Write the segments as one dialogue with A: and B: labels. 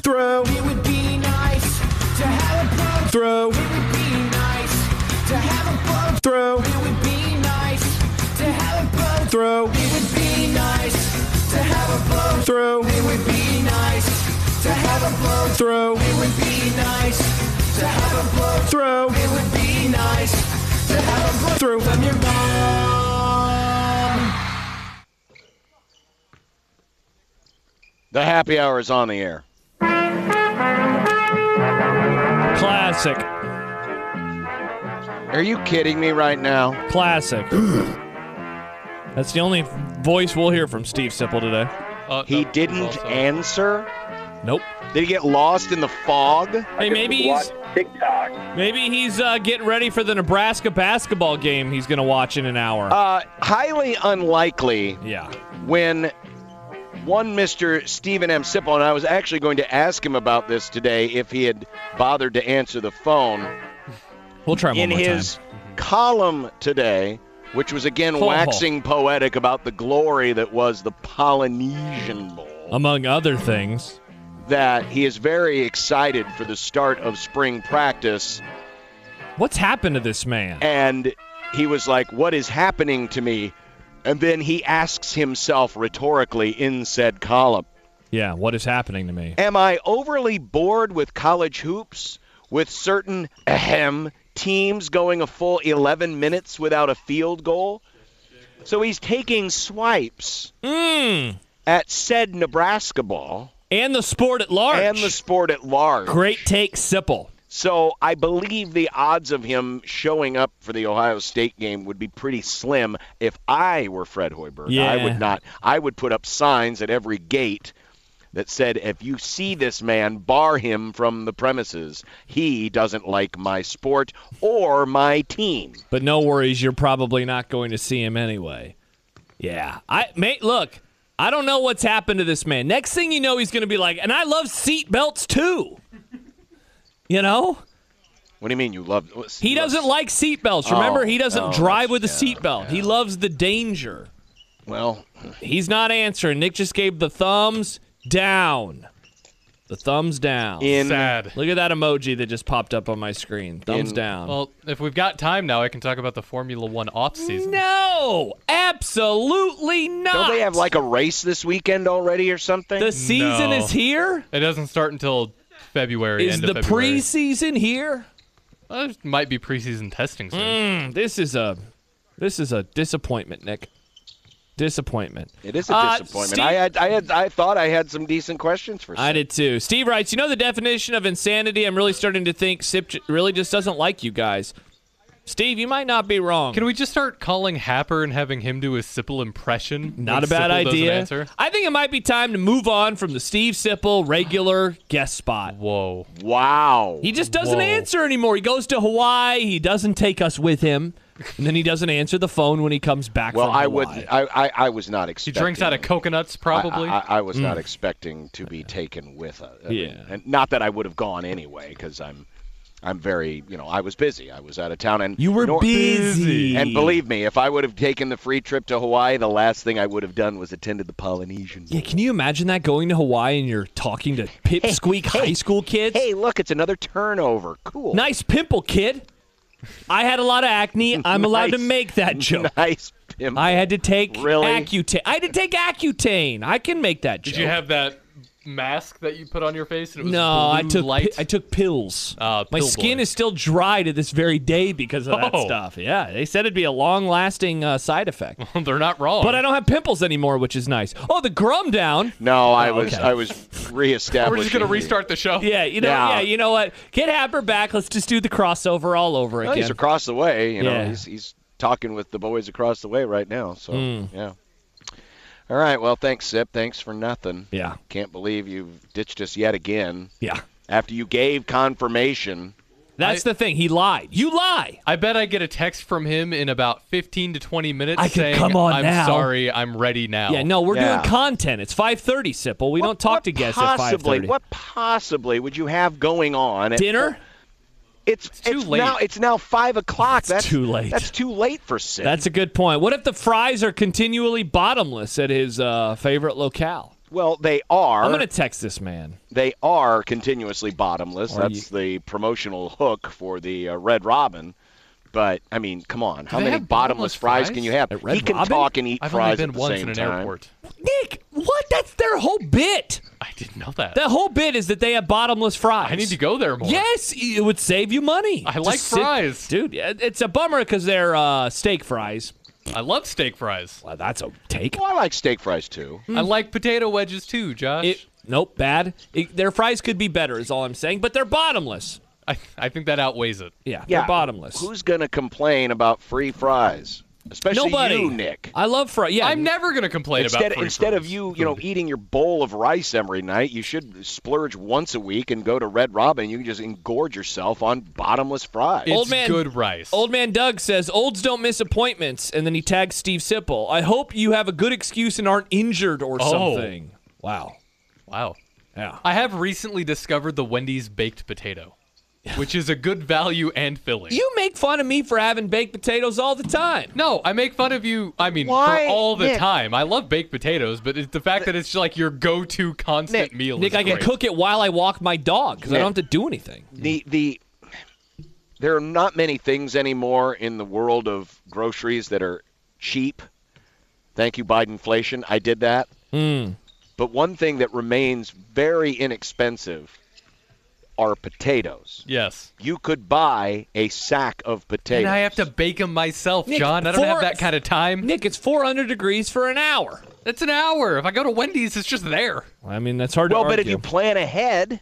A: throw,
B: It would be nice to have a blow.
A: throw,
B: It would be nice to have a blow.
A: throw,
B: It would be nice to have a blow.
A: throw,
B: It would be nice to have a blow.
A: throw,
B: It would be nice to have a blow.
A: throw,
B: It would be nice to have a blow.
A: throw,
B: It would be nice to have a blow
A: throw.
B: from your mom.
C: The happy hour is on the air.
D: Classic.
C: Are you kidding me right now?
D: Classic. That's the only voice we'll hear from Steve Sipple today.
E: Uh,
C: He
E: no,
C: didn't
E: also-
C: answer.
D: Nope.
C: Did he get lost in the fog?
D: Hey, maybe he's
F: TikTok.
D: maybe he's uh, getting ready for the Nebraska basketball game he's gonna watch in an hour.
C: Uh, highly unlikely
D: yeah.
C: when one Mr. Stephen M. Sipple, and I was actually going to ask him about this today if he had bothered to answer the phone.
D: We'll try one
C: in
D: more
C: his
D: time.
C: column today, which was again
D: Ho, ho.
C: waxing poetic about the glory that was the Polynesian Bowl,
D: Among other things.
C: that he is very excited for the start of spring practice.
D: What's happened to this man?
C: And he was like, What is happening to me? And then he asks himself rhetorically in said column.
D: Yeah, what is happening to me?
C: Am I overly bored with college hoops? With certain ahem teams going a full 11 minutes without a field goal? So he's taking swipes
D: Mm.
C: at said Nebraska ball
D: And the sport at large.
C: and the sport at large.
D: Great take, Sipple.
C: So I believe the odds of him showing up for the Ohio State game would be pretty slim. If I were Fred Hoiberg, I
D: Yeah.
C: would not. I would put up signs at every gate that said, "If you see this man, bar him from the premises. He doesn't like my sport or my team."
D: But no worries, you're probably not going to see him anyway. Yeah. I mate, look, I don't know what's happened to this man. Next thing you know, he's gonna be like, and I love seat belts too. You know?
C: What do you mean you love?
D: He doesn't like seat belts. Remember, he doesn't
C: oh,
D: drive
C: that's-
D: with a
C: yeah,
D: seat belt. He loves the danger.
C: Well,
D: He's not answering. Nick just gave the thumbs down. The thumbs down.
C: in
E: Sad.
D: Look at that emoji that just popped up on my screen. Thumbs
C: In-
D: down.
E: Well, if we've got time now, I can talk about the Formula One off season.
D: no, absolutely not.
C: don't they have like a race this weekend already or something?
D: the season
E: No.
D: is here?
E: It doesn't start until February.
D: Is
E: end
D: the
E: of February.
D: preseason here?
E: Uh, it might be preseason testing soon.
D: Mm, This is a this is a disappointment, Nick. Disappointment.
C: It is a
D: Uh,
C: disappointment.
D: Steve-
C: I had, I had, I thought I had some decent questions for.
D: I did too. Steve writes, you know the definition of insanity. I'm really starting to think Sip j- really just doesn't like you guys. Steve, you might not be wrong.
E: Can we just start calling Happer and having him do a Sipple impression?
D: not
E: when
D: a bad
E: Sipple doesn't
D: idea.
E: answer?
D: I think it might be time to move on from the Steve Sipple regular guest spot.
E: Whoa.
C: Wow.
D: He just doesn't
E: Whoa.
D: answer anymore. He goes to Hawaii. He doesn't take us with him, and then he doesn't answer the phone when he comes back.
C: Well,
D: from
C: I
D: Hawaii.
C: would. I, I, I was not
E: He
C: expecting.
E: drinks out of coconuts,
C: I-
E: probably.
C: I, I, was not expecting to be taken with. A, I mean,
D: Hmm. Yeah.
C: and not that I would have gone anyway, because I'm, I'm very. You know, I was busy. I was out of town, and
D: You were
C: nor-
D: busy.
C: And believe me, if I would have taken the free trip to Hawaii, the last thing I would have done was attended the Polynesian.
D: Yeah, can you imagine that going to Hawaii and you're talking to pipsqueak high school kids?
C: Hey, look, it's another turnover. Cool.
D: Nice pimple, kid. I had a lot of acne. I'm allowed to
C: Nice.
D: make that joke.
C: Nice. pimp.
D: I had to take
C: Really?
D: Accutane. I had to take Accutane. I can make that joke.
E: Did you have that mask that you put on your face? And it was
D: No, I
E: blue
D: took
E: light.
D: pi- I took pills.
E: Ah,
D: My
E: pill
D: skin
E: boy.
D: is still dry to this very day because of that
E: Oh.
D: stuff. Yeah, they said it'd be a long-lasting uh, side effect.
E: They're not wrong.
D: But I don't have pimples anymore, which is nice. Oh, the grum down.
C: no, I was.
D: Oh, okay.
C: I was reestablishing.
E: We're just gonna
C: the-
E: restart the show.
D: Yeah, you know, yeah.
C: Yeah.
D: you know what? Get Happer back. Let's just do the crossover all over
C: Well,
D: again.
C: he's across the way. You know,
D: Yeah.
C: he's he's talking with the boys across the way right now. So
D: Hmm.
C: yeah. All right. Well, thanks, Sip. Thanks for nothing.
D: yeah,
C: Can't believe you've ditched us yet again
D: yeah.
C: after you gave confirmation.
D: That's the thing. He lied. You lie.
E: I bet I get a text from him in about 15 to 20 minutes
D: I could
E: saying,
D: come on
E: "I'm
D: now."
E: sorry, I'm ready now."
D: Yeah, no, we're
C: Yeah.
D: doing content. It's 5:30, Sipple. We don't talk
C: What
D: to guests
C: possibly,
D: at 5:30.
C: What possibly would you have going on? at-
D: Dinner?
C: It's, it's,
E: too late.
C: now. It's now five o'clock.
D: It's
C: that's
D: too late.
C: That's too late for Sip.
D: That's a good point. What if the fries are continually bottomless at his uh, favorite locale?
C: Well, they are.
D: I'm gonna text this man.
C: They are continuously bottomless.
D: Or
C: That's the promotional hook for the uh, Red Robin. But I mean, come on, how
E: they
C: many
E: have
C: bottomless,
E: bottomless
C: fries,
E: fries?
C: can you have?
D: At Red
C: he can
D: Robin?
C: talk and eat
E: I've only
C: fries
E: been
C: at the
E: once
C: same
E: in an
C: time.
E: airport.
D: Nick, what? That's their whole bit.
E: I didn't know that.
D: The whole bit is that they have bottomless fries.
E: I need to go there more.
D: Yes, it would save you money.
E: I
D: To
E: like
D: sit-
E: fries.
D: dude. yeah, It's a bummer because they're uh, steak fries.
E: I love steak fries.
D: Well, that's a take.
C: Well, I like steak fries too.
E: I like potato wedges too, Josh.
D: It, nope, bad. It- their fries could be better, is all I'm saying. But they're bottomless.
E: I, I think that outweighs it.
D: Yeah,
C: Yeah.
D: they're bottomless.
C: Who's gonna complain about free fries? Especially
D: Nobody.
C: you, Nick.
D: I love fries. Yeah,
E: I'm never gonna complain
C: Instead,
E: about free
C: instead of
E: fries.
C: you, you know, eating your bowl of rice every night, you should splurge once a week and go to Red Robin. You can just engorge yourself on bottomless fries.
E: It's
D: old man-
E: good rice.
D: Old man Doug says olds don't miss appointments, and then he tags Steve Sipple. I hope you have a good excuse and aren't injured or
E: Oh.
D: something. Wow.
E: wow.
D: Yeah.
E: I have recently discovered the Wendy's baked potato, which is a good value and filling.
D: You make fun of me for having baked potatoes all the time.
E: no, I make fun of you. I mean,
C: Why,
E: for all the
C: Nick?
E: time. I love baked potatoes, but it's the fact that it's just like your go-to constant
C: Nick,
E: meal.
D: Nick,
E: is
D: I can
E: great.
D: cook it while I walk my dog because I
C: Yeah.
D: don't have to do anything.
C: the the there are not many things anymore in the world of groceries that are cheap. Thank you, Bidenflation. I did that. But one thing that remains very inexpensive are potatoes.
E: Yes.
C: You could buy a sack of potatoes.
E: And I have to bake them myself,
D: Nick,
E: John. I don't
D: for-
E: have that kind of time.
D: Nick, it's 400 degrees for an hour.
E: That's an hour. If I go to Wendy's, it's just there.
D: I mean, that's hard
C: well,
D: to
C: but
D: argue.
C: if you plan ahead,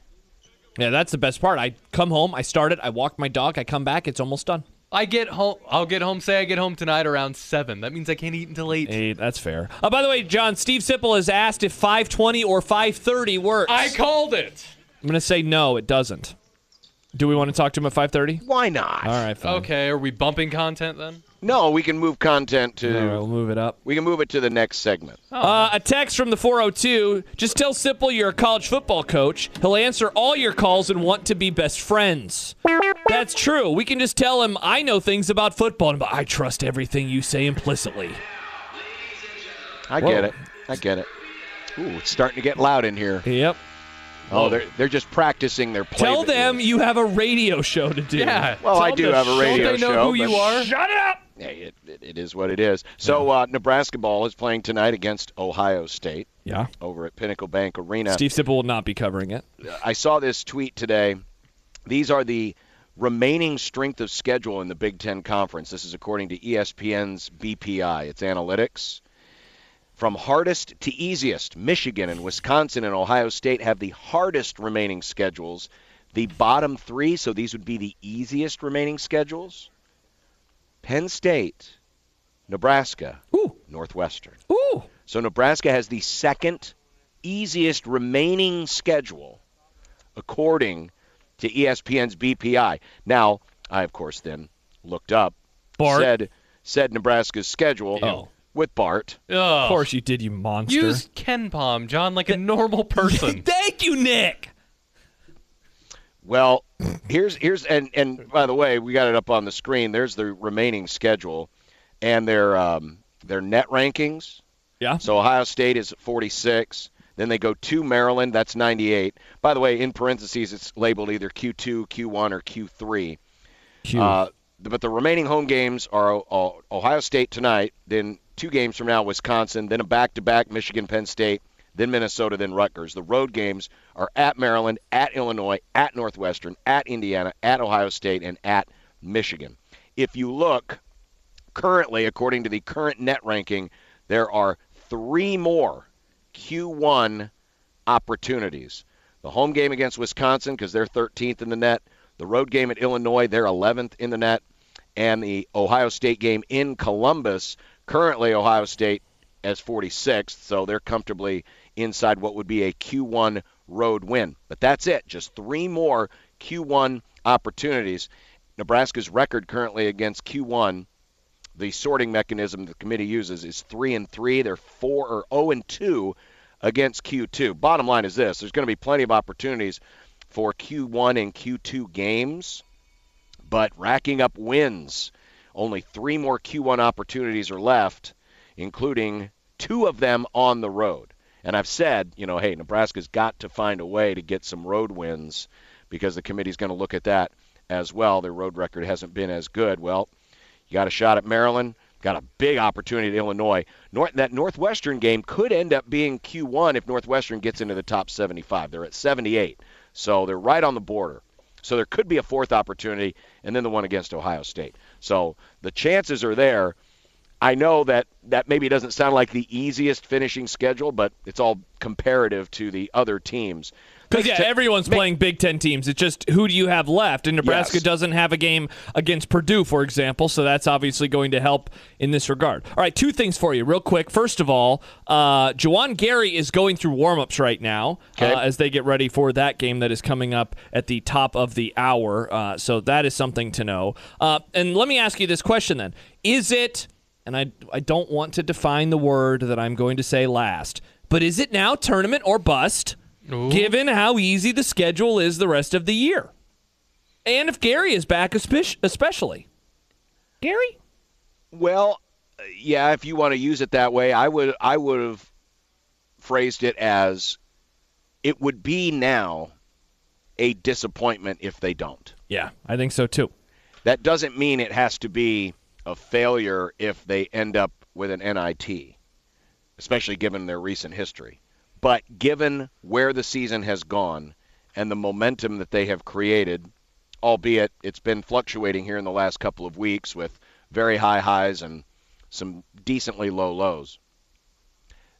D: yeah, that's the best part. I come home, I start it, I walk my dog, I come back, it's almost done.
E: I get home. I'll get home. Say I get home tonight around seven. That means I can't eat until eight.
D: Hey, that's fair. Uh, by the way, John, Steve Sipple has asked if 520 or 530 works.
E: I called it.
D: I'm going to say no, it doesn't. Do we want to talk to him at 530?
C: why not?
D: All right, fine.
E: Okay, are we bumping content then?
C: No, we can move content to.
D: All right, we'll move it up.
C: We can move it to the next segment.
D: Uh, a text from the 402. Just tell Sipple you're a college football coach. He'll answer all your calls and want to be best friends. That's true. We can just tell him I know things about football, and I trust everything you say implicitly.
C: I
D: whoa.
C: get it. I get it. Ooh, it's starting to get loud in here.
D: Yep.
C: Oh, they're they're just practicing their play.
D: Tell
C: videos.
D: them you have a radio show to do.
E: Yeah.
C: Well,
D: Tell
C: I
D: them
C: do
D: to
C: have a
D: shut
C: radio
E: Don't they know
C: show.
E: who you
C: but-
E: are?
D: Shut up.
C: Yeah, it, it, it is what it is. So uh, Nebraska ball is playing tonight against Ohio State
D: Yeah.
C: over at Pinnacle Bank Arena.
D: Steve Sipple will not be covering it.
C: I saw this tweet today. These are the remaining strength of schedule in the Big Ten Conference. This is according to E ESPN's BPI, its analytics. From hardest to easiest, Michigan and Wisconsin and Ohio State have the hardest remaining schedules. The bottom three, so these would be the easiest remaining schedules Penn State, Nebraska,
D: Ooh.
C: Northwestern.
D: Ooh.
C: So Nebraska has the second easiest remaining schedule, according to E ESPN's BPI. Now, I of course then looked up
D: Bart.
C: said said Nebraska's schedule
D: Oh.
C: with Bart.
D: Of course you did, you monster.
E: Use Ken Palm, John, like a normal person.
D: Thank you, Nick.
C: Well, here's here's and and by the way, we got it up on the screen. There's the remaining schedule and their um, their net rankings.
D: Yeah.
C: So Ohio State is at 46. Then they go to Maryland. That's 98. By the way, in parentheses, it's labeled either Q2, Q1, or Q3.
D: Hmm.
C: Uh, but the remaining home games are O- O- Ohio State tonight, then two games from now, Wisconsin, then a back to back Michigan, Penn State, then Minnesota, then Rutgers. The road games are at Maryland, at Illinois, at Northwestern, at Indiana, at Ohio State, and at Michigan. If you look currently, according to the current net ranking, there are three more Q1 opportunities. The home game against Wisconsin, because they're 13th in the net. The road game at Illinois, they're 11th in the net. And the Ohio State game in Columbus. Currently, Ohio State as 46th, so they're comfortably inside what would be a Q1 road win. But that's it. Just three more Q1 opportunities. Nebraska's record currently against Q1 the sorting mechanism the committee uses is three and three. They're four or zero and two against Q2. Bottom line is this: there's going to be plenty of opportunities for Q1 and Q2 games, but racking up wins. Only three more Q1 opportunities are left, including two of them on the road. And I've said, you know, hey, Nebraska's got to find a way to get some road wins because the committee's going to look at that as well. Their road record hasn't been as good. Well, you got a shot at Maryland. Got a big opportunity at Illinois. North, that Northwestern game could end up being Q1 if Northwestern gets into the top 75. They're at 78, so they're right on the border. So there could be a fourth opportunity, and then the one against Ohio State. So the chances are there. I know that that maybe doesn't sound like the easiest finishing schedule, but it's all comparative to the other teams.
D: Because yeah,
C: Makes-
D: everyone's playing Big Ten teams. It's just who do you have left? And Nebraska
C: Yes.
D: doesn't have a game against Purdue, for example. So that's obviously going to help in this regard. All right, two things for you, real quick. First of all, uh, Jawan Gary is going through warmups right now
C: Okay.
D: uh, as they get ready for that game that is coming up at the top of the hour. Uh, so that is something to know. Uh, and let me ask you this question then: Is it? And I I don't want to define the word that I'm going to say last, but is it now tournament or bust? given how easy the schedule is the rest of the year. And if Gary is back, espe- especially. Gary?
C: Well, yeah, if you want to use it that way, I would I would have phrased it as it would be now a disappointment if they don't.
D: Yeah, I think so too.
C: That doesn't mean it has to be a failure if they end up with an NIT, especially given their recent history. But given where the season has gone and the momentum that they have created, albeit it's been fluctuating here in the last couple of weeks with very high highs and some decently low lows,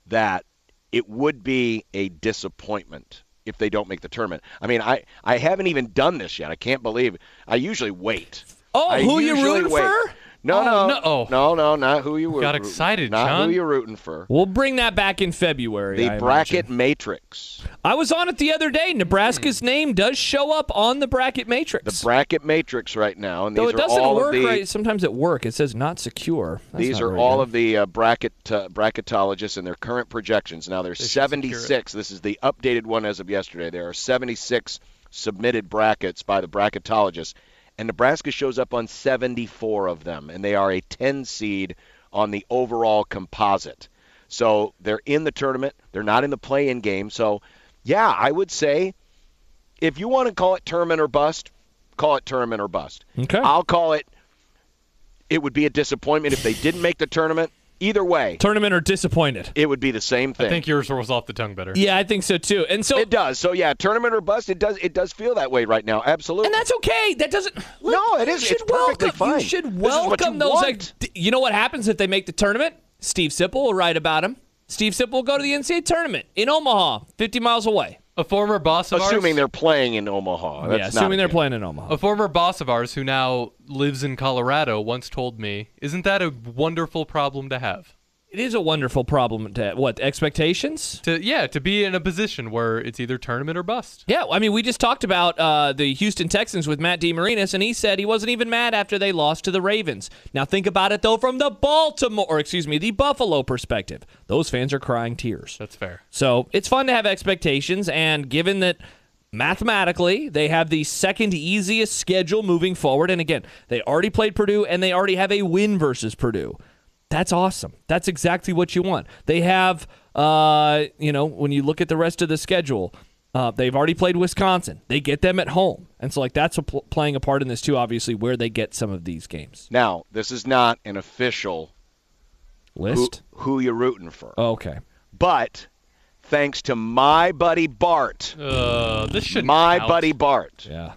C: that it would be a disappointment if they don't make the tournament. I mean, I, I haven't even done this yet. I can't believe I usually wait.
D: Oh,
C: I
D: who you
C: usually
D: rooting
C: wait.
D: for?
C: No,
E: Oh,
C: no,
E: no.
C: no, no, not who you were.
E: Got excited,
C: not
E: John.
C: who you're rooting for.
D: We'll bring that back in February.
C: The
D: I
C: bracket
D: imagine.
C: matrix.
D: I was on it the other day. Nebraska's name does show up on the bracket matrix.
C: Hmm. The bracket matrix right now, and
D: Though
C: these
D: it
C: are
D: doesn't
C: all
D: work
C: of the
D: right. Sometimes at work it says not secure. That's
C: these
D: not
C: are
D: very
C: all
D: good.
C: of the uh, bracket uh, bracketologists and their current projections. Now there's
E: should secure it.
C: 76. This is the updated one as of yesterday. There are 76 submitted brackets by the bracketologists, and Nebraska shows up on 74 of them, and they are a 10 seed on the overall composite. So they're in the tournament. They're not in the play-in game. So, yeah, I would say if you want to call it tournament or bust, call it tournament or bust.
D: Okay.
C: I'll call it. It would be a disappointment if they didn't make the tournament. Either way,
D: tournament are disappointed.
C: it would be the same thing.
E: I think yours rolls off the tongue better.
D: Yeah, I think so too. And so
C: It does. So yeah, tournament or bust. It does. It does feel that way right now. Absolutely.
D: And that's okay. That doesn't. Look,
C: No, it
D: you
C: is.
D: should
C: It's perfectly
D: welcome,
C: fine.
D: You
C: This
D: should
C: is what
D: welcome
C: you
D: those.
C: want.
D: like, d- you know what happens if they make the tournament? Steve Sipple will write about him. Steve Sipple will go to the NCAA tournament in Omaha, 50 miles away.
E: A former boss of
C: assuming
E: ours,
C: they're playing in Omaha. That's
D: yeah,
C: not
D: assuming
C: a
D: they're
C: given.
D: playing in Omaha.
E: A former boss of ours who now lives in Colorado once told me, "Isn't that a wonderful problem to have?"
D: It is a wonderful problem to what expectations.
E: To yeah, to be in a position where it's either tournament or bust.
D: Yeah, I mean, we just talked about uh, the Houston Texans with Matt DeMarinis, and he said he wasn't even mad after they lost to the Ravens. Now think about it though, from the Baltimore, or excuse me, the Buffalo perspective. Those fans are crying tears.
E: That's fair.
D: So it's fun to have expectations, and given that mathematically they have the second easiest schedule moving forward, and again, they already played Purdue and they already have a win versus Purdue. That's awesome. That's exactly what you want. They have, uh, you know, when you look at the rest of the schedule, uh, they've already played Wisconsin. They get them at home, and so like that's a pl- playing a part in this too. Obviously, where they get some of these games
C: Now this is not an official who,
D: list.
C: who you're rooting for,
D: Okay,
C: but thanks to my buddy Bart,
E: Uh, this should
C: my buddy Bart,
D: Oh, yeah,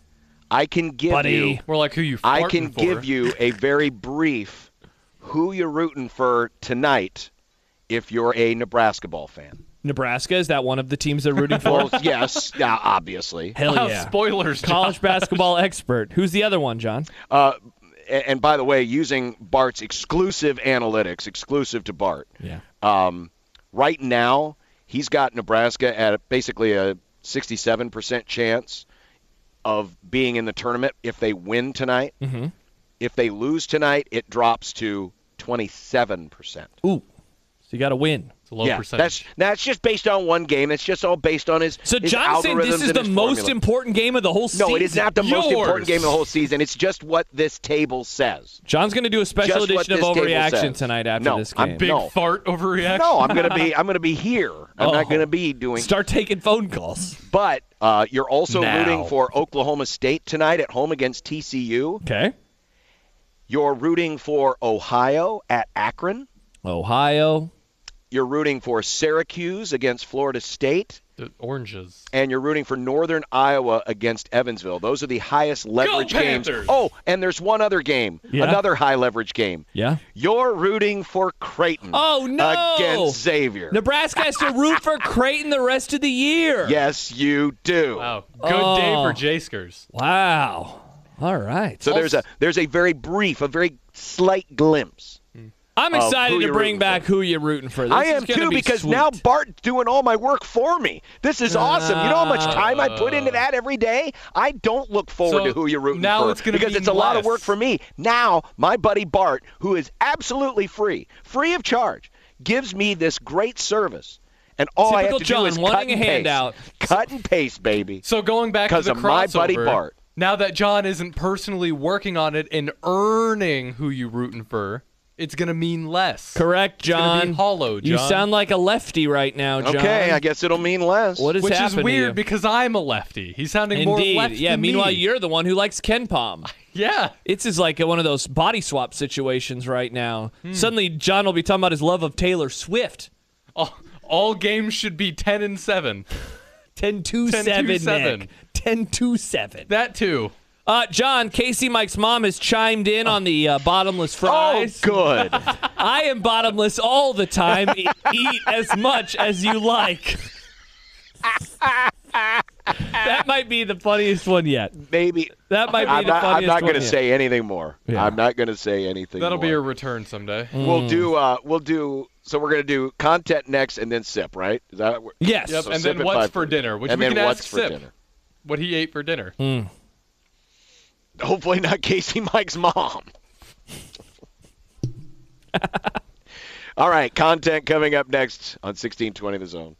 C: I can give
D: buddy.
C: you.
E: More like who you.
C: I
E: farting
C: can
E: for.
C: give you a very brief who you're rooting for tonight if you're a Nebraska ball fan.
D: Nebraska is that one of the teams they're rooting for?
C: Well, yes, yeah, obviously.
D: Hell
E: Wow,
D: yeah!
E: Oh, spoilers.
D: college
E: John.
D: basketball expert. Who's the other one, John?
C: Uh, a- and by the way, using Bart's exclusive analytics, exclusive to Bart,
D: Yeah.
C: um, right now he's got Nebraska at basically a 67% chance of being in the tournament if they win tonight.
D: Mhm.
C: If they lose tonight, it drops to 27%.
D: Ooh. So you got to win.
E: It's a low
C: yeah, that's
E: percentage.
C: that's just based on one game. It's just all based on his.
D: So
C: his
D: John's saying
C: algorithms
D: this is
C: and
D: the
C: his
D: most
C: formula.
D: important game of the whole season.
C: No, it is not the most important
E: Yours.
C: game of the whole season. It's just what this table says.
D: John's going to do a special
C: Just what
D: edition of
C: this table
D: Overreaction
C: says.
D: tonight after
C: No,
D: this game.
C: I'm big-
E: Big
C: no.
E: fart overreaction.
C: No, I'm gonna be I'm gonna be here. I'm
D: Oh.
C: not gonna be doing.
D: Start taking phone calls.
C: But uh, you're also
E: Now.
C: rooting for Oklahoma State tonight at home against TCU.
D: Okay.
C: You're rooting for Ohio at Akron.
D: Ohio.
C: You're rooting for Syracuse against Florida State.
E: The oranges.
C: and you're rooting for Northern Iowa against Evansville. Those are the highest leverage games.
E: Panthers!
C: Oh, and there's one other game,
D: Yeah.
C: another high leverage game.
D: Yeah.
C: You're rooting for Creighton.
D: Oh, no!
C: Against Xavier.
D: Nebraska has to root for Creighton the rest of the year.
C: Yes, you do.
E: Wow. Good day
D: Oh.
E: for Jaskers.
D: Wow. All right.
C: So there's a there's a very brief, a very slight glimpse.
D: I'm
C: uh, who
D: excited to
C: you
D: bring
C: rooting
D: back who you're rooting for. This
C: I
D: is
C: am
D: gonna
C: too
D: be
C: because
D: sweet.
C: now Bart's doing all my work for me. This is awesome. You know how much time I put into that every day? I don't look forward
E: So
C: to who you're rooting
E: now
C: for
E: it's gonna
C: because
E: be
C: it's a lot of work
E: less.
C: for me. Now, my buddy Bart, who is absolutely free, free of charge, gives me this great service. And all I have
D: Typical
C: to
D: John,
C: do is cut and
D: wanting a
C: paste.
D: handout.
C: Cut and paste, baby.
E: So going back to
C: 'Cause
E: the
C: of my buddy
E: crossover,
C: Bart.
E: Now that John isn't personally working on it and earning who you rooting for, it's gonna mean less.
D: Correct,
E: gonna
D: John.
E: be hollow,
D: You
E: John.
D: sound like a lefty right now, John.
C: Okay, I guess it'll mean less.
D: What is
E: Which is
D: happening?
E: weird because I'm a lefty. He's sounding
D: Indeed.
E: more left.
D: yeah.
E: than
D: Meanwhile,
E: me.
D: you're the one who likes Ken Palm.
E: yeah.
D: It's is like one of those body swap situations right now.
E: Hmm.
D: Suddenly, John will be talking about his love of Taylor Swift.
E: All, all games should be ten and seven.
D: 10 2 7,
E: 7.
D: Nick. 10 2 7.
E: That too.
D: Uh, John, Casey Mike's mom has chimed in on the uh, bottomless
C: Oh,
D: fries.
C: good.
E: Oh,
D: I am bottomless all the time. E- eat as much as you like. that might be the funniest one yet.
C: Maybe.
D: That might be
C: I'm
D: the
C: not,
D: funniest
C: I'm not
D: one
C: going to
D: yet.
C: say anything more. I'm not going to say anything
E: That'll
C: more.
E: be Mm. a return someday.
C: We'll do. Uh, we'll do. So we're gonna do content next, and then sip. Right? Is that what-
D: Yes.
E: Yep,
C: so
E: and
C: sip
E: then
C: at
E: what's
C: 5:30.
E: for dinner, which
C: and
E: we
C: then
E: can
C: what's
E: ask
C: for
E: Sip.
C: dinner?
E: What he ate for dinner.
C: Hopefully not Casey Mike's mom. All right, content coming up next on 1620 The Zone.